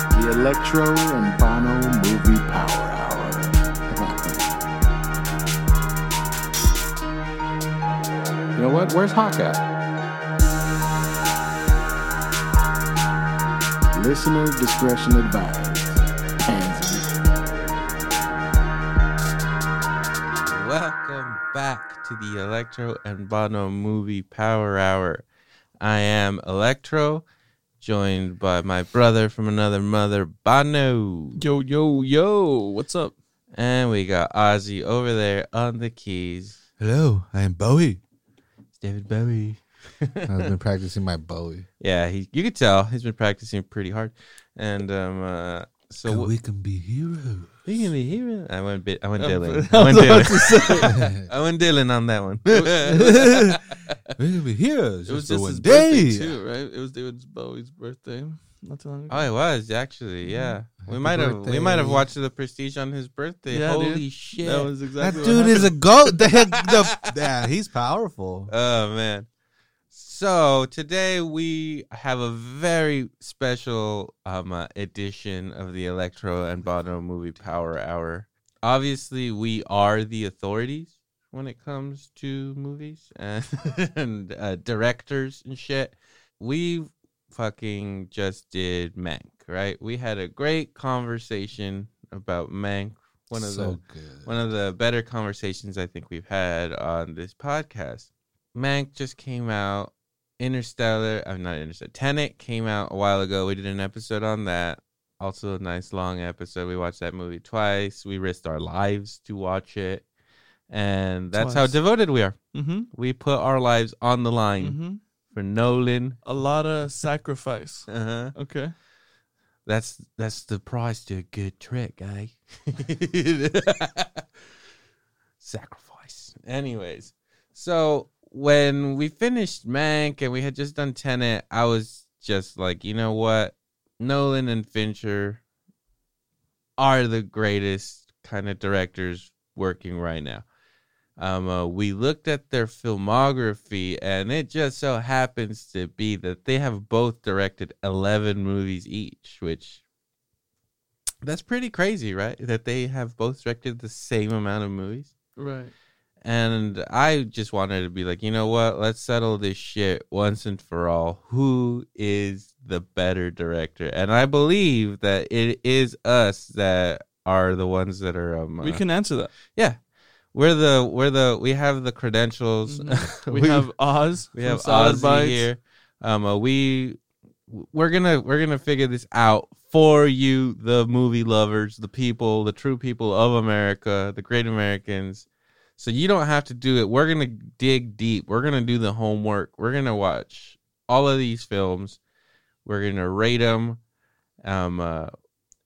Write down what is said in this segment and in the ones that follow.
Electro and Bono Movie Power Hour. you know what? Where's Hawk at? Listener discretion advised. Pansy. Welcome back to the Electro and Bono Movie Power Hour. I am Electro, joined by my brother from another mother, Bono. Yo, yo, yo. What's up? And we got Ozzy over there on the keys. Hello, I am Bowie. It's David Bowie. I've been practicing my Bowie. Yeah, he, you could tell he's been practicing pretty hard. And um, uh, so So what- we can be heroes. we can be hearing. I went, bit, I went Um, Dylan. I I went was about Dylan. I went Dylan on that one. We can be heroes. It was for just one his birthday day. too, right? It was David Bowie's birthday. Not too long ago. Oh, it was actually, yeah. We Happy might have we birthday. might have watched the Prestige on his birthday. Yeah, Holy dude. shit! That was exactly That what dude is a goat. The, the, yeah, he's powerful. oh man. So today we have a very special um, uh, edition of the Electro and Bono Movie Power Hour. Obviously, we are the authorities when it comes to movies and, and uh, directors and shit. We fucking just did Mank, right? We had a great conversation about Mank. One of the so good. one of the better conversations I think we've had on this podcast. Mank just came out. Interstellar, I'm not Interstellar. Tenet came out a while ago. We did an episode on that. Also, a nice long episode. We watched that movie twice. We risked our lives to watch it. And that's how Twice. devoted we are. mm-hmm, We put our lives on the line mm-hmm. for Nolan. a lot of sacrifice. Uh-huh. Okay. That's that's the price to a good trick, eh? Sacrifice. Anyways, so when we finished Mank and we had just done Tenet, I was just like, you know what? Nolan and Fincher are the greatest kind of directors working right now. Um, uh, we looked at their filmography, and it just so happens to be that they have both directed 11 movies each, which that's pretty crazy, right? That they have both directed the same amount of movies. Right. And I just wanted to be like, you know what? Let's settle this shit once and for all. Who is the better director? And I believe that it is us that are the ones that are. Um, We uh, can answer that. yeah. We're the we're the we have the Mm-hmm. credentials. We have Oz. we from have Solid Ozzy Bites. here. Um, uh, we we're gonna we're gonna figure this out for you, the movie lovers, the people, the true people of America, the great Americans. So you don't have to do it. We're gonna dig deep. We're gonna do the homework. We're gonna watch all of these films. We're gonna rate them. Um, uh,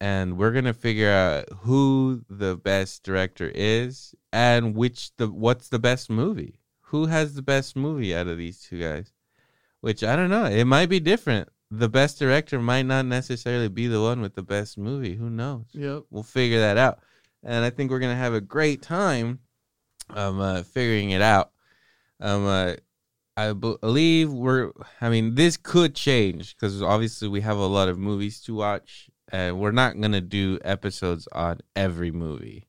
and we're gonna figure out who the best director is and which the what's the best movie. Who has the best movie out of these two guys? Which I don't know. It might be different. The best director might not necessarily be the one with the best movie. Who knows? Yep. We'll figure that out. And I think we're gonna have a great time um uh, figuring it out. Um uh, I be- believe we're. I mean, this could change because obviously we have a lot of movies to watch, and we're not gonna do episodes on every movie.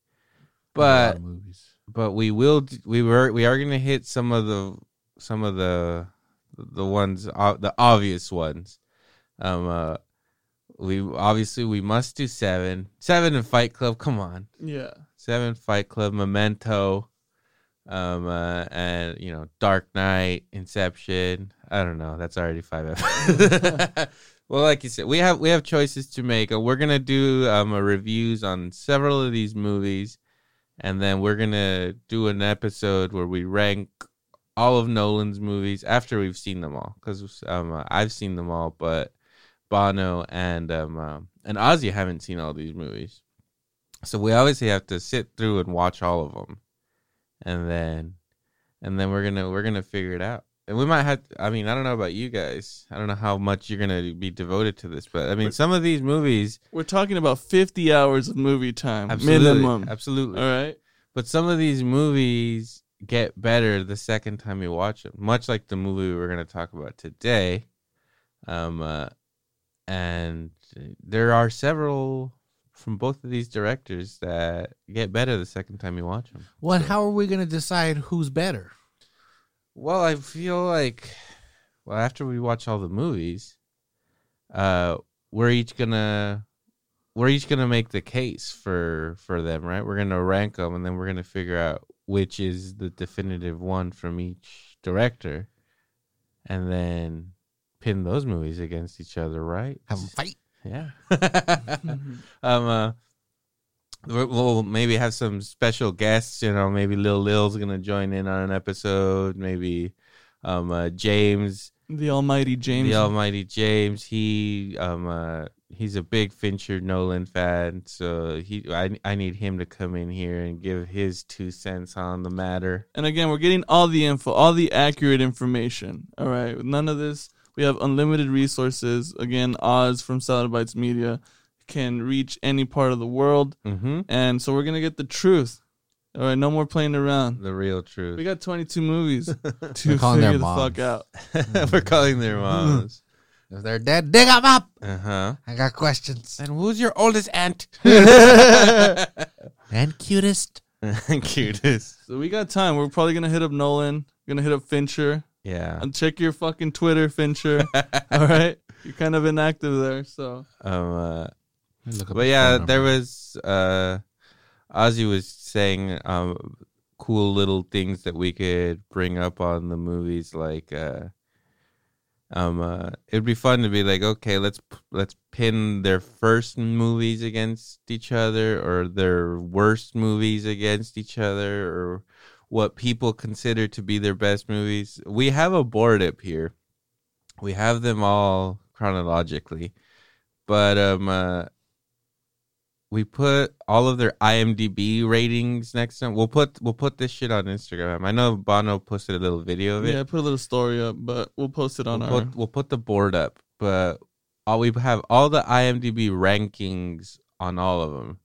But movies. but we will. d- We were. We are gonna hit some of the some of the the ones o- the obvious ones. Um. Uh, we obviously we must do seven. Seven and Fight Club. Come on. Yeah. Seven Fight Club, Memento, um, uh, and you know Dark Knight, Inception. I don't know. That's already five. episodes. well, like you said, we have we have choices to make. Uh, We're gonna do um uh, reviews on several of these movies, and then we're gonna do an episode where we rank all of Nolan's movies after we've seen them all. Because um, uh, I've seen them all, but Bono and um, um and Ozzy haven't seen all these movies. So we obviously have to sit through and watch all of them, and then, and then we're gonna we're gonna figure it out. And we might have. I mean, I don't know about you guys. I don't know how much you're gonna be devoted to this, but I mean, some of these movies, We're talking about 50 hours of movie time absolutely, minimum. absolutely. All right. But some of these movies get better the second time you watch them, much like the movie we're going to talk about today. Um, uh, and there are several from both of these directors that get better the second time you watch them. What? How are we going to decide who's better? Well, I feel like, well, after we watch all the movies, uh, we're each gonna we're each gonna make the case for for them, right? We're gonna rank them, and then we're gonna figure out which is the definitive one from each director, and then pin those movies against each other, right? Have them fight. Yeah. um, Mm-hmm. uh, we'll- we'll maybe have some special guests. You know, maybe Lil Lil's gonna join in on an episode. Maybe um, uh, James, The Almighty James. the Almighty James. He um, uh, he's a big Fincher Nolan fan, so he I I need him to come in here and give his two cents on the matter. and again, we're getting all the info, all the accurate information. All right, none of this. We have unlimited resources. Again, Oz from Salad Bites Media can reach any part of the world, Mm-hmm. and so we're gonna get the truth. All right, no more playing around. The real We truth. got 22 movies to We're figure calling their the moms. fuck out. We're calling their Mm-hmm. moms. If they're dead, dig them up. Uh Uh-huh. huh. I got questions. And who's your oldest aunt? And cutest. Cutest. So we got time. We're probably gonna hit up Nolan. Gonna hit up Fincher. Yeah. And check your fucking Twitter, Fincher. all right, you're kind of inactive there, so Um, uh, Look but up the yeah, phone there number. was uh, Ozzy was saying um, cool little things that we could bring up on the movies, like uh, um, uh, it'd be fun to be like, okay, let's p- let's pin their first movies against each other, or their worst movies against each other, or what people consider to be their best movies. We have a board up here. We have them all chronologically, but um, uh, we put all of their IMDb ratings next time. We'll put we'll put this shit on Instagram. I know Bono posted a little video of it. yeah, put a little story up, but we'll post it on we'll, our. put, we'll put the board up, but all we have all the IMDb rankings on all of them,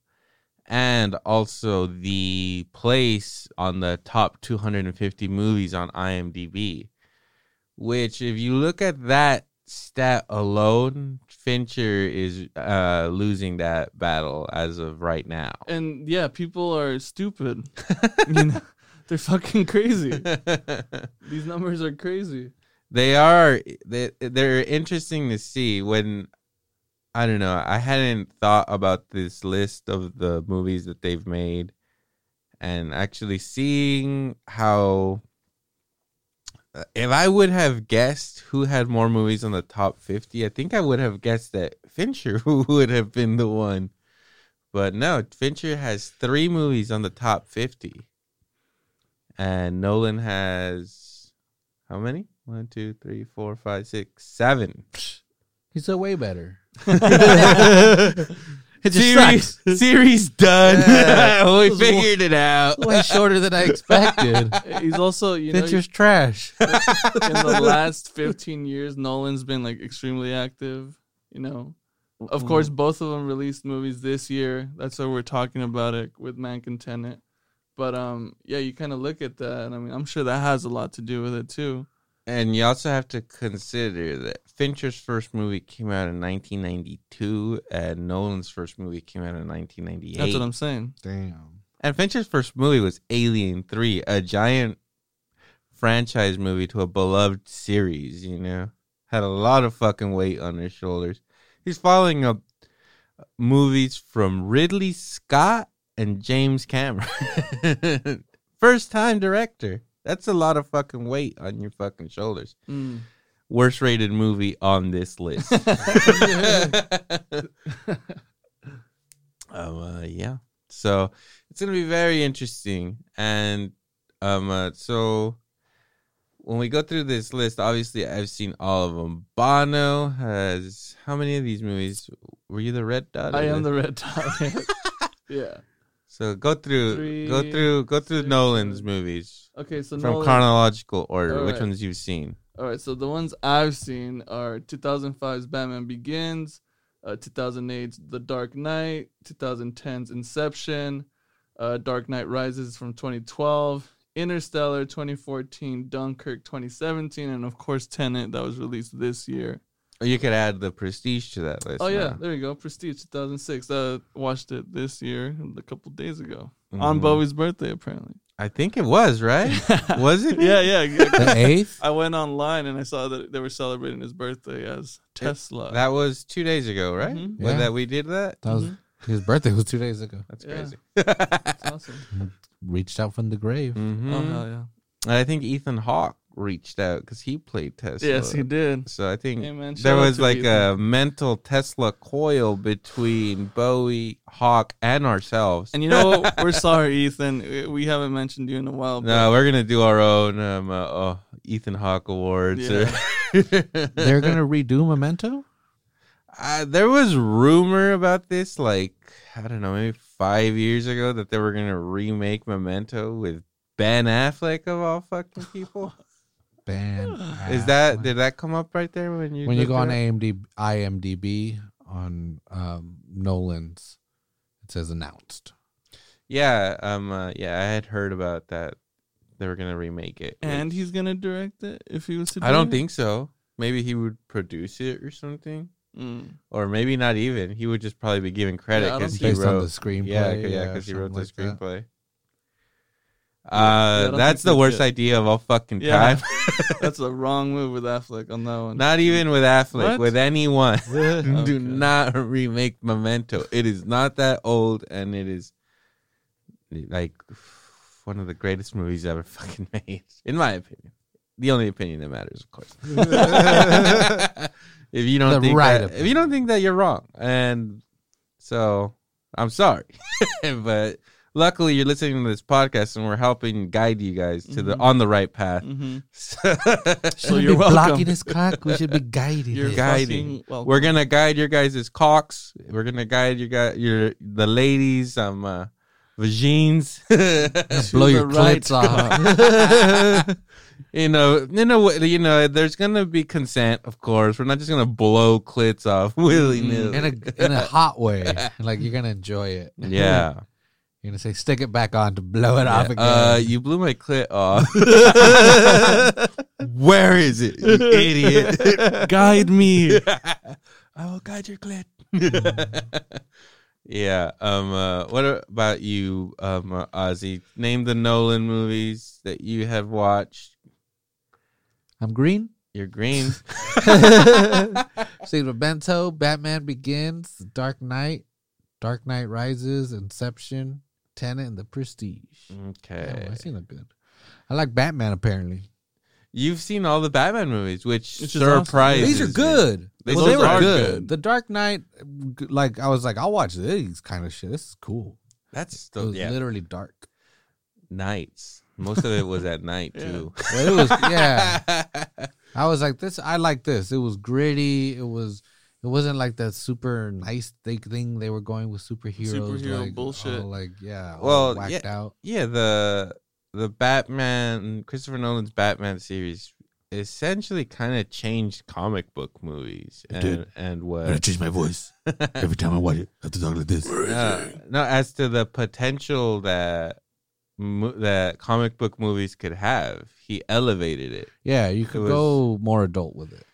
and also the place on the top 250 movies on IMDb. Which, if you look at that stat alone, Fincher is uh, losing that battle as of right now. and yeah, people are stupid. you know, they're fucking crazy. These numbers are crazy. they are they, they're interesting to see when i don't know i hadn't thought about this list of the movies that they've made and actually seeing how uh, if i would have guessed who had more movies on the top 50 i think i would have guessed that fincher would have been the one but no fincher has three movies on the top 50 and nolan has how many? One, two, three, four, five, six, seven. He's a way better. It Series, series done. Yeah. we figured it out. Way shorter than I expected. He's also, you know, Fincher's trash. in the last 15 years, Nolan's been like extremely active, you know. Of Mm. course, both of them released movies this year. That's why we're talking about it with Mank and Tenet. But um, yeah, you kind of look at that, and I mean, I'm sure that has a lot to do with it too. And you also have to consider that Fincher's first movie came out in 1992, and Nolan's first movie came out in 1998. That's what I'm saying. Damn. And Fincher's first movie was Alien 3, a giant franchise movie to a beloved series, you know. Had a lot of fucking weight on his shoulders. He's following up movies from Ridley Scott and James Cameron. first time director. That's a lot of fucking weight on your fucking shoulders. Mm. Worst rated movie on this list. um, uh, yeah. So it's gonna be very interesting, and um, uh, so when we go through this list, obviously I've seen all of them. Bono has how many of these movies? Were you the red dot? I am the red dot. yeah. So go through, go Three, through, go through six, Nolan's seven. movies Okay, so from Nolan- chronological order. Which Alright. ones you've seen? All right, so the ones I've seen are 2005's Batman Begins, uh, 2008's The Dark Knight, 2010's Inception, uh, Dark Knight Rises from 2012, Interstellar 2014, Dunkirk 2017, and of course Tenet that was released this year. Or you could add the prestige to that list. Oh yeah, now. there you go. Prestige 2006. Uh, watched it this year a couple days ago on Mhm. Bowie's birthday apparently. I think it was right. was it? yeah, yeah. The yeah. eighth? I went online and I saw that they were celebrating his birthday as Tesla. That was two days ago, right? Mhm. When Yeah. that we did that. That was Mhm. Mm-hmm. his birthday was two days ago. That's Yeah. Uh-huh. crazy. That's awesome. Reached out from the grave. Mhm. Oh hell yeah. And I think Ethan Hawke reached out because he played Tesla. Yes, he did. So I think Hey, man, there shout out was to like Ethan. a mental Tesla coil between Bowie, Hawk, and ourselves. And you know what? We're sorry, Ethan. We- We haven't mentioned you in a while. But no, we're gonna do our own um, uh, oh, Ethan Hawke awards. or- They're gonna redo Memento. uh, there was rumor about this, like I don't know, maybe five years ago, that they were gonna remake Memento with Ben Affleck of all fucking people. Ban. Is that did that come up right there when you Ah. when you looked go it on up? AMD, IMDb on um, Nolan's, it says announced. Yeah, um, uh, yeah, I had heard about that. They were gonna remake it, and he's gonna direct it if he was to. I don't do it? think so. Maybe he would produce it or something, Mm. or maybe not even. He would just probably be given credit Yeah, I don't because think- he Based on the wrote. screenplay. Yeah, 'cause- yeah, because he something wrote the like that. screenplay. I Uh, don't that's think the that's worst it. idea of all fucking Yeah. time. That's a wrong move with Affleck on that one. not even with Affleck, What? with anyone. Okay. Do not remake Memento. It is not that old, and it is like one of the greatest movies ever fucking made, in my opinion. The only opinion that matters, of course. if you don't The think right that, if you don't think that, you're wrong, and so I'm sorry, but luckily you're listening to this podcast, and we're helping guide you guys to the Mhm. on the right path. Mhm. Shouldn't you're be welcome. blocking his cock. We should be guiding You're it. guiding. fucking welcome. We're gonna guide your guys' cocks. We're gonna guide your guy your the ladies, um uh vagines. Blow to your the right clits off. you know, you know what you know, there's gonna be consent, of course. We're not just gonna blow clits off willy nilly. in a in a hot way. Like you're gonna enjoy it. Yeah. You're gonna say stick it back on to blow it off again. Uh you blew my clit off. Where is it, you idiot? guide me. I will guide your clit. yeah. Um. Uh, what about you, um, uh, Ozzy? Name the Nolan movies that you have watched. I'm green. You're green. See Memento, Batman Begins, The Dark Knight, Dark Knight Rises, Inception, Tenet, and The Prestige. Okay. Damn, I seen look good. I like Batman. Apparently, You've seen all the Batman movies, which, Which is awesome. surprises. these are me. good. They well, they still were are good. good. The Dark Knight, g- like I was like, I'll watch these kind of shit. This is cool. That's It still was yeah. literally dark. Nights. Most of it was at night Yeah. too. Well, it was yeah. I was like this. I like this. It was gritty. It was. It wasn't like that super nice thick thing they were going with superheroes. Superhero like, bullshit. all, like yeah. all Well, whacked out. yeah the the batman christopher nolan's batman series essentially kind of changed comic book movies and did. and I gotta what change my voice every time I watch it. I have to talk like this. no, no as to the potential that mo- that comic book movies could have he elevated it Yeah, you could was- go more adult with it.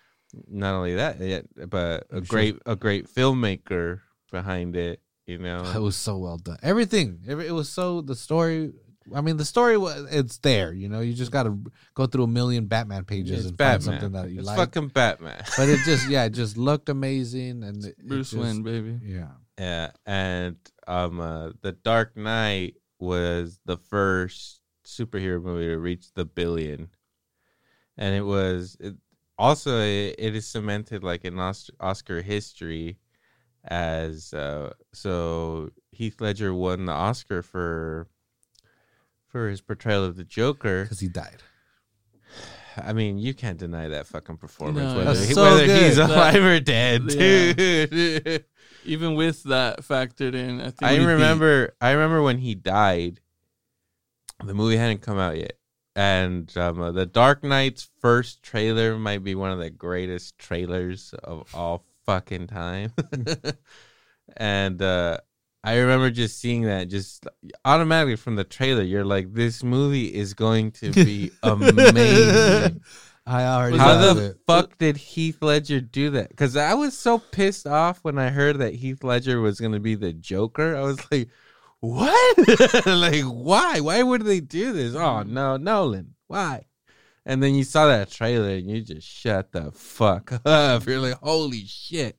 not only that yet but a I'm sure. great a great filmmaker behind it you It know was so well done. Everything. every- It was so the story. I mean, the story was it's there. You know, you just got to go through a million Batman pages it's and batman find something that you it's like. fucking batman but it just yeah, it just looked amazing and it, it Bruce just- Wayne, baby. Yeah, Yeah, and um, uh, the Dark Knight was the first superhero movie to reach the billion, and it was it, also it, it is cemented like in Os- Oscar history as uh, so Heath Ledger won the Oscar for for his portrayal of the Joker. because he died. I mean, you can't deny that fucking performance, No, whether, that's he- so whether good. he's That- alive or dead, Yeah. dude. Even with that factored in, I think I we beat- remember I remember when he died. The movie hadn't come out yet. And um, uh, the Dark Knight's first trailer might be one of the greatest trailers of all fucking time. and uh, I remember just seeing that, just automatically from the trailer, you're like, this movie is going to be amazing. I already How have the it. fuck did Heath Ledger do that? Because I was so pissed off when I heard that Heath Ledger was going to be the Joker. I was like, what? like, why? Why would they do this? Oh, no, Nolan, why? And then you saw that trailer and you just shut the fuck up. You're like, holy shit.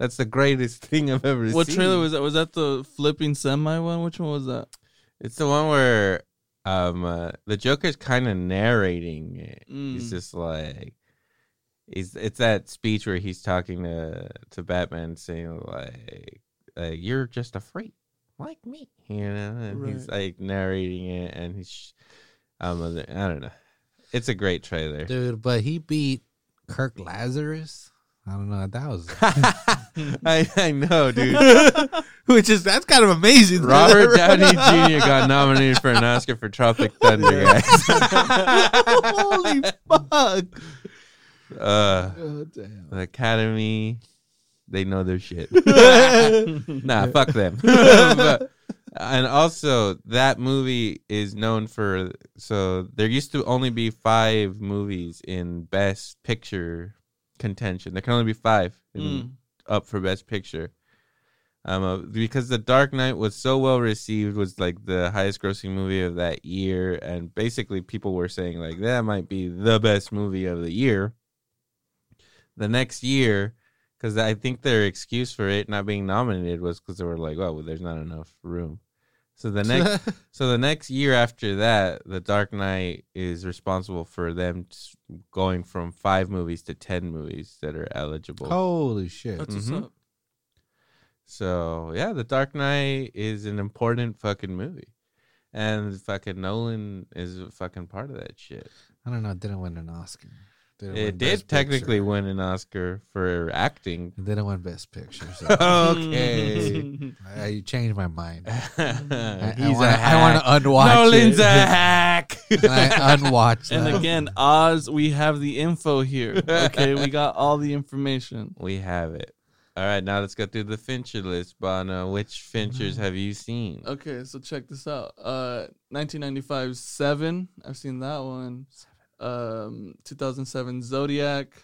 That's the greatest thing I've ever seen. What trailer was that? Was that the flipping semi one? Which one was that? It's the one where um uh, the Joker's kind of narrating it. He's Mm. just like he's it's that speech where he's talking to to Batman saying like uh, you're just a freak like me, you know, and he's like narrating it and he's sh- um I don't know. It's a great trailer. dude. But he beat Kirk Lazarus. I don't know. That was I, I know, dude. Which is that's kind of amazing. Robert Downey Jr. got nominated for an Oscar for Tropic Thunder, guys. Holy fuck! uh, oh, damn. the academy they know their shit nah fuck them But- and also that movie is known for so there used to only be five movies in best picture contention there can only be five in, Mm. up for best picture um, uh, because The Dark Knight was so well received, was like the highest grossing movie of that year, and basically people were saying like that might be the best movie of the year the next year because I think their excuse for it not being nominated was because they were like, "Oh, well, there's not enough room." So the next, so the next year after that, The Dark Knight is responsible for them s- going from five movies to ten movies that are eligible. Oh. Holy shit! That's what's Mhm. up. So yeah, The Dark Knight is an important fucking movie, and fucking Nolan is a fucking part of that shit. I don't know. It didn't win an Oscar. Didn't win It did Best technically Picture. win an Oscar for acting. It didn't win Best Picture. So okay. Mm-hmm. I, I changed my mind. I, I, I wanna- I want to unwatch. Nolan's it. a hack. I unwatched. and that. again, Oz, we have the info here. Okay, we got all the information. we have it. All right, now let's go through the Fincher list, Bono. Which Mm-hmm. Finchers have you seen? Okay, so check this out. Uh, 1995 Seven. I've seen that one. Um, 2007 Zodiac.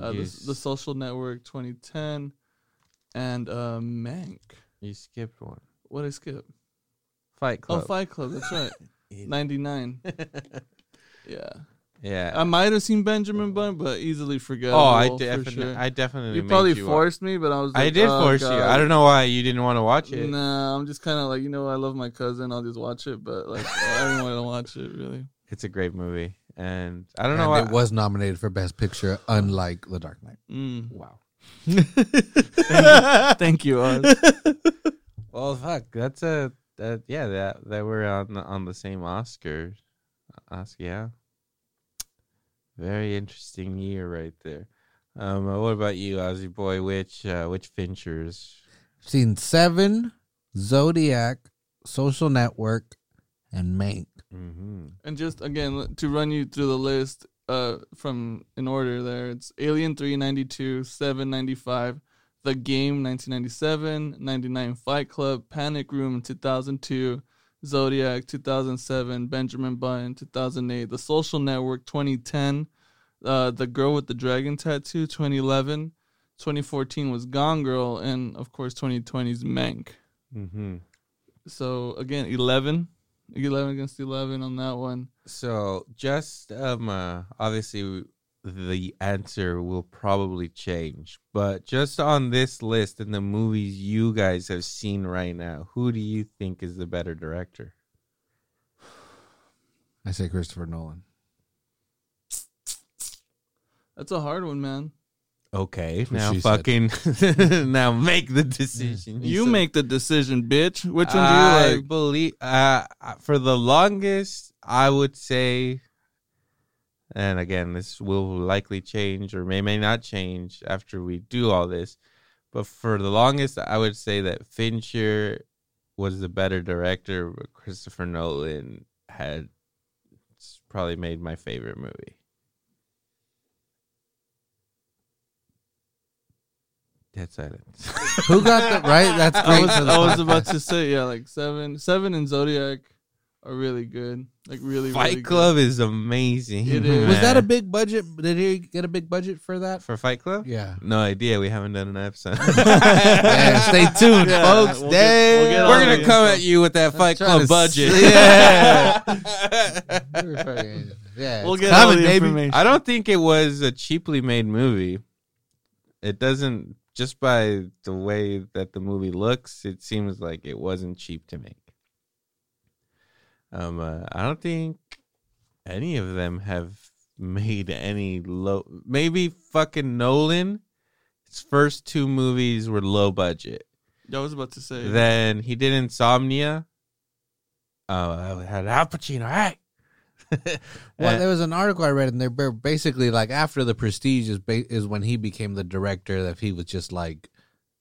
Uh, the, Yes. the Social Network 2010, and uh, Mank. You skipped one. What did I skip? Fight Club. Oh, Fight Club. That's right. 99. yeah. yeah. I might have seen Benjamin Button, but easily forgettable. oh, I for definitely, sure. I definitely. you made probably you watch- forced me, but I was. Like, I did oh, force you. God. I don't know why you didn't want to watch it. No, I'm just kind of like you know I love my cousin. I'll just watch it, but like I don't want to watch it really. It's a great movie, and I don't know And why. it was nominated for Best Picture, unlike The Dark Knight. Mm. Wow. Thank you. Oz. well, fuck. That's a that yeah that that we're on the, on the same Oscar. Oscar, yeah. Very interesting year right there. Um, uh, what about you, Ozzy boy? Which uh, which Finchers? Seen Seven, Zodiac, Social Network, and Mank. Mm-hmm. And just again l- to run you through the list uh from in order there it's Alien 392, 795, The Game 1997, 99 Fight Club, Panic Room 2002, Zodiac 2007, Benjamin Button 2008, The Social Network 2010, uh The Girl with the Dragon Tattoo 2011, 2014 was Gone Girl and of course 2020's Mank. Mm-hmm. So again 11 11 against 11 on that one. So just um, uh, obviously the answer will probably change, but just on this list and the movies you guys have seen right now, who do you think is the better director? I say Christopher Nolan. That's a hard one, man. Okay, That's what now she fucking now make the decision. Mm. You said- make the decision, bitch. Which one do you I like? believe uh, for the longest, I would say, and again, this will likely change or may may not change after we do all this. But for the longest, I would say that Fincher was the better director. But Christopher Nolan had s- probably made my favorite movie. Dead silence. Who got the right? That's I great. was, for the I was podcast. about to say, yeah, like seven, seven and Zodiac are really good. Like really, Fight really Club is amazing. It is. Was that a man. big budget? Did he get a big budget for that? for Fight Club? Yeah. No idea. We haven't done an episode. Yeah, stay tuned, Yeah, folks. we'll get- Dang. we'll get all We're the gonna come info. at you with that Fight trying Club to budget. s- We're fucking- yeah. good. We'll it's get all coming, the baby. information. I don't think it was a cheaply made movie. It doesn't just by the way that the movie looks, it seems like it wasn't cheap to make. Um, uh, I don't think any of them have made any low. Maybe fucking Nolan. His first two movies were low budget. Yeah, I was about to say. Then he did Insomnia. Oh, I had Al Pacino. Hey. Eh. Well, there was an article I read, and they're ba- basically like after the Prestige is ba- is when he became the director. That he was just like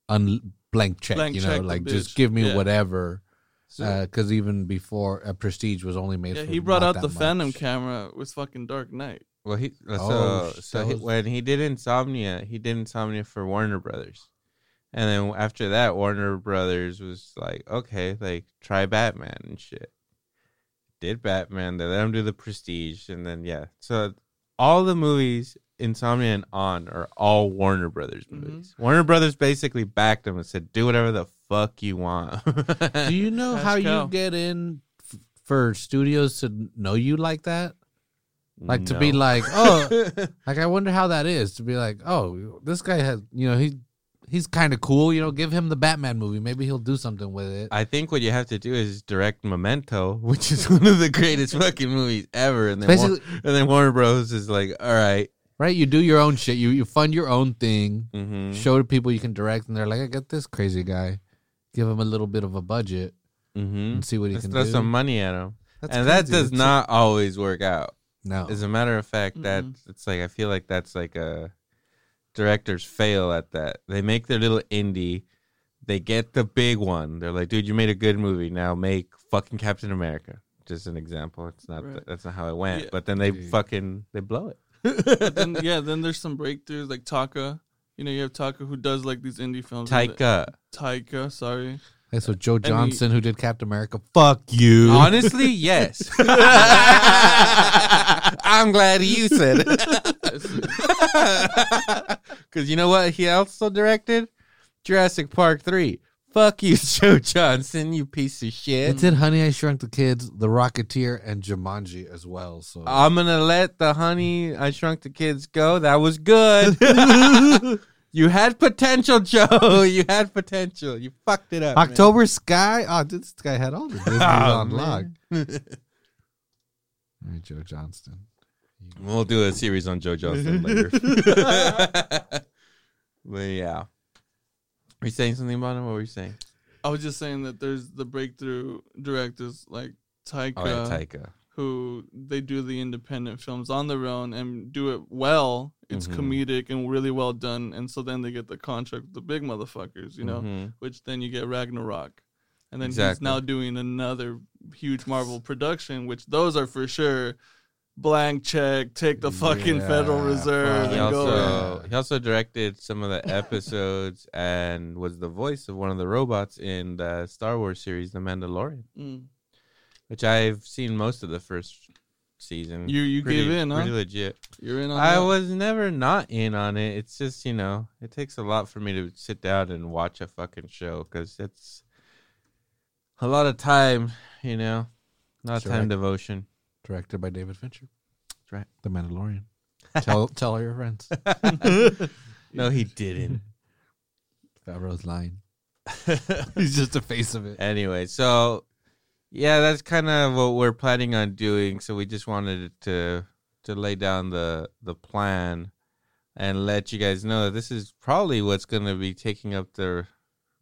un- blank check, Blank you know, check the like bitch. just give me Yeah. whatever. So- Because even before uh, Prestige was only made, Yeah, for he brought not out the that much. Phantom camera with fucking Dark Knight. Well, he uh, Oh, so sh- so that he- was- when he did Insomnia, he did Insomnia for Warner Brothers, and then after that, Warner Brothers was like, okay, like try Batman and shit. Did Batman? They let him do the Prestige, and then yeah, so all the movies Insomnia and on are all Warner Brothers Mm-hmm. Mhm. movies. Warner Brothers basically backed him and said, do whatever the fuck you want. Do you know how Pascal. you get in f- for studios to know you like that? Like to be No. like, oh, Like I wonder how that is to be like, oh, this guy has, you know, he he's kind of cool. You know, give him the Batman movie. Maybe he'll do something with it. I think what you have to do is direct Memento, which is one of the greatest fucking movies ever. And then, War- Basically- and then Warner Bros. is like, all right, right? You do your own shit. You you fund your own thing. mhm. Show to people you can direct, and they're like, I got this crazy guy. Give him a little bit of a budget Mhm. and see what he let's can throw do. some money at him. That's Oh. and that crazy. does It's a- not always work out. no. As a matter of fact, that it's like I feel like that's like a directors fail at that. They make their little indie, they get the big one. They're like, dude, you made a good movie. Now make fucking Captain America. Just an example. It's not Right. that's not how it went. Yeah. But then they Dude. fucking they blow it. But then yeah, then there's some breakthroughs like Taka. You know, you have Taka who does like these indie films. and the- Taika. Taika, sorry. Hey, so Joe he- Johnson, who did Captain America, fuck you. Honestly, yes. I'm glad you said it. Because you know what? He also directed Jurassic Park 3. Fuck you, Joe Johnson, you piece of shit. It did Honey I Shrunk the Kids, The Rocketeer, and Jumanji as well. So I'm going to let the honey I shrunk the kids go. That was good. you had potential, Joe. You had potential. You fucked it up. man. October Sky. Oh, dude, this guy had all the Disney's Oh, on lock. man. All Ah, right, Joe Johnston. We'll do a series on Joe Johnston later. but yeah. Were you saying something about him? What were you saying? I was just saying that there's the breakthrough directors like Taika, Oh, yeah, Taika. who they do the independent films on their own and do it well. It's Mhm. comedic and really well done, and so then they get the contract with the big motherfuckers, you know. Mhm. Which then you get Ragnarok, and then he's Exactly. now doing another huge Marvel production, which those are for sure blank check, take the fucking Yeah, Federal Reserve, fuck. He and go. Yeah. also he also directed some of the episodes and was the voice of one of the robots in the Star Wars series, The Mandalorian, Mm. which I've seen most of the first season. You you Pretty- gave in, huh? Pretty legit. You're in on I that. was never not in on it. It's just you know, it takes a lot for me to sit down and watch a fucking show because it's a lot of time, you know, a lot of Sure. time devotion. Directed by David Fincher. That's right. The Mandalorian. tell tell all your friends. No, he didn't. Favreau's lying. He's just the face of it. anyway, so yeah, that's kind of what we're planning on doing. So we just wanted to to lay down the the plan and let you guys know that this is probably what's going to be taking up the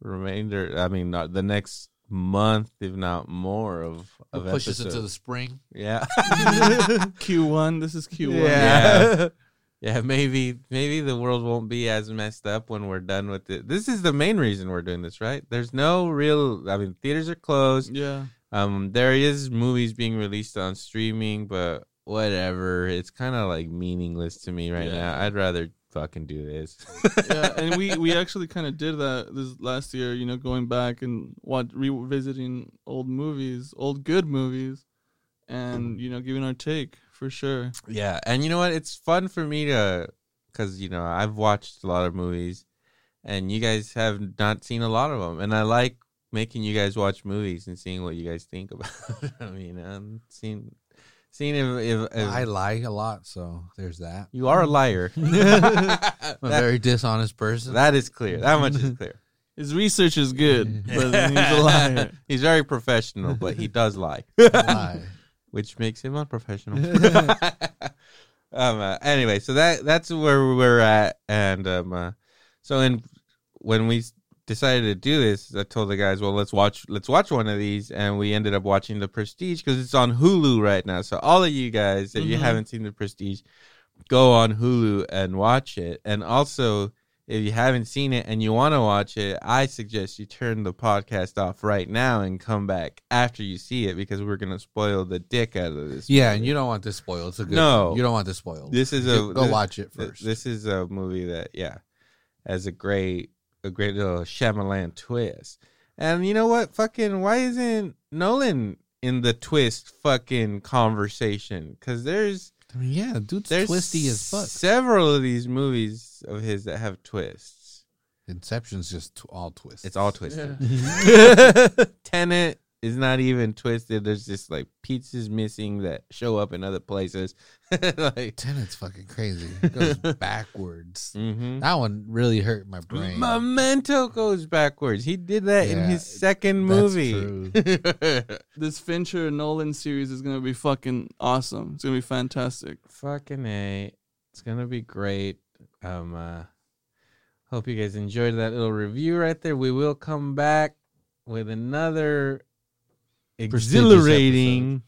remainder. I mean, not the next month, if not more of of pushes episodes. into the spring. yeah. Q1. This is Q1. Yeah. Yeah, maybe maybe the world won't be as messed up when we're done with it. This is the main reason we're doing this, right? There's no real I mean theaters are closed. Yeah. Um, there is movies being released on streaming, but whatever. It's kind of like meaningless to me right Yeah. now. I'd rather fucking do this. yeah. And we we actually kind of did that this last year. You know, going back and what revisiting old movies, old good movies, Mm-hmm. and you know giving our take for sure. Yeah, and you know what? It's fun for me to, cause you know I've watched a lot of movies, and you guys have not seen a lot of them, and I like making you guys watch movies and seeing what you guys think about them. You know, and seeing seeing if, if, if I lie a lot, so there's that. you are a liar. I'm a that, very dishonest person. that is clear. That much is clear. His research is good, but then he's a liar. He's very professional, but he does lie. Lie. which makes him unprofessional. um, uh, anyway, so that that's where we were at, and um, uh, so in when we s- decided to do this, I told the guys, well, let's watch let's watch one of these, and we ended up watching The Prestige because it's on Hulu right now. So all of you guys, if you Mhm. haven't seen The Prestige, go on Hulu and watch it, and also. If you haven't seen it and you want to watch it, I suggest you turn the podcast off right now and come back after you see it because we're gonna spoil the dick out of this. Yeah, and you don't want this spoiled. It's a good No. You don't want this spoiled. This is a Go this- watch it th- first. This is a movie that yeah, has a great a great little Shyamalan twist. And you know what? Fucking why isn't Nolan in the twist fucking conversation? Because there's I mean, yeah, dude's there's twisty as fuck. Several of these movies of his that have twists. Inception's just t- all twists. It's all twisted. Yeah. Tenant is not even twisted. There's just like pizzas missing that show up in other places. like, Tenet's fucking crazy. It goes backwards. mhm. That one really hurt my brain. Memento goes backwards. He did that in Yeah, his second that's movie. true. This Fincher Nolan series is gonna be fucking awesome. It's gonna be fantastic. Fucking A. It's gonna be great. Um uh hope you guys enjoyed that little review right there. We will come back with another Prestigious exhilarating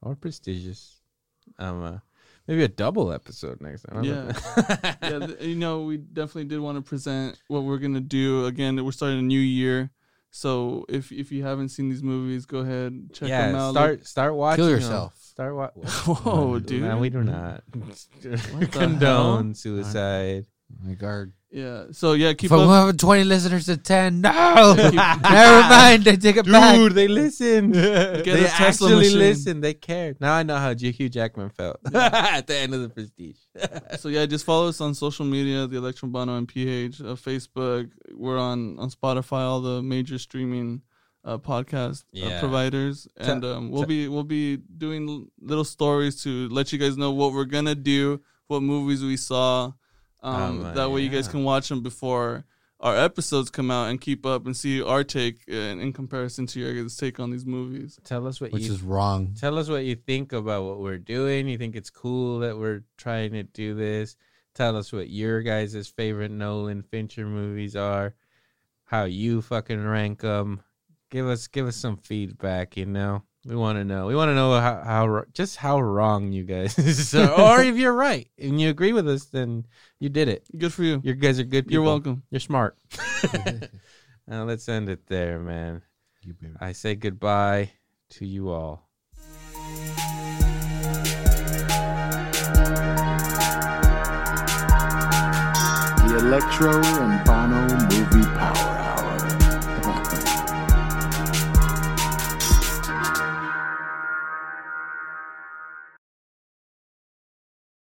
or prestigious. Um uh, maybe a double episode next time. I don't know. yeah, th- you know, we definitely did want to present what we're gonna do. Again, we're starting a new year, so if if you haven't seen these movies, go ahead check yeah, them out. start start watching. 'em. yourself. Start watching. Whoa, dude. we do not hell? condone suicide. Like our, yeah. So yeah, keep if I'm up. having 20 listeners to 10, no! Keep- Never mind, I take it back. Dude, they listened. Get they a Tesla actually machine. listened. They cared. Now I know how J- Hugh Jackman felt at the end of the Prestige. so yeah, just follow us on social media, the Electron Bono and PH, uh, Facebook. We're on on Spotify, all the major streaming uh, podcast Yeah. uh, providers, and um, we'll be we'll be doing l- little stories to let you guys know what we're gonna do, what movies we saw. Um, Um, uh, that way, you guys yeah. can watch them before our episodes come out and keep up and see our take in, in comparison to your guys' take on these movies. Tell us what Which you is wrong. tell us what you think about what we're doing. You think it's cool that we're trying to do this? Tell us what your guys' favorite Nolan Fincher movies are. How you fucking rank them. Give us give us some feedback. You know, we want to know. We want to know how, how wr- just how wrong you guys, are. or if you're right and you agree with us, then you did it. Good for you. You guys are good. People. You're welcome. You're smart. now let's end it there, man. You baby. I say goodbye to you all. The Electro and Bono Movie Power Hour.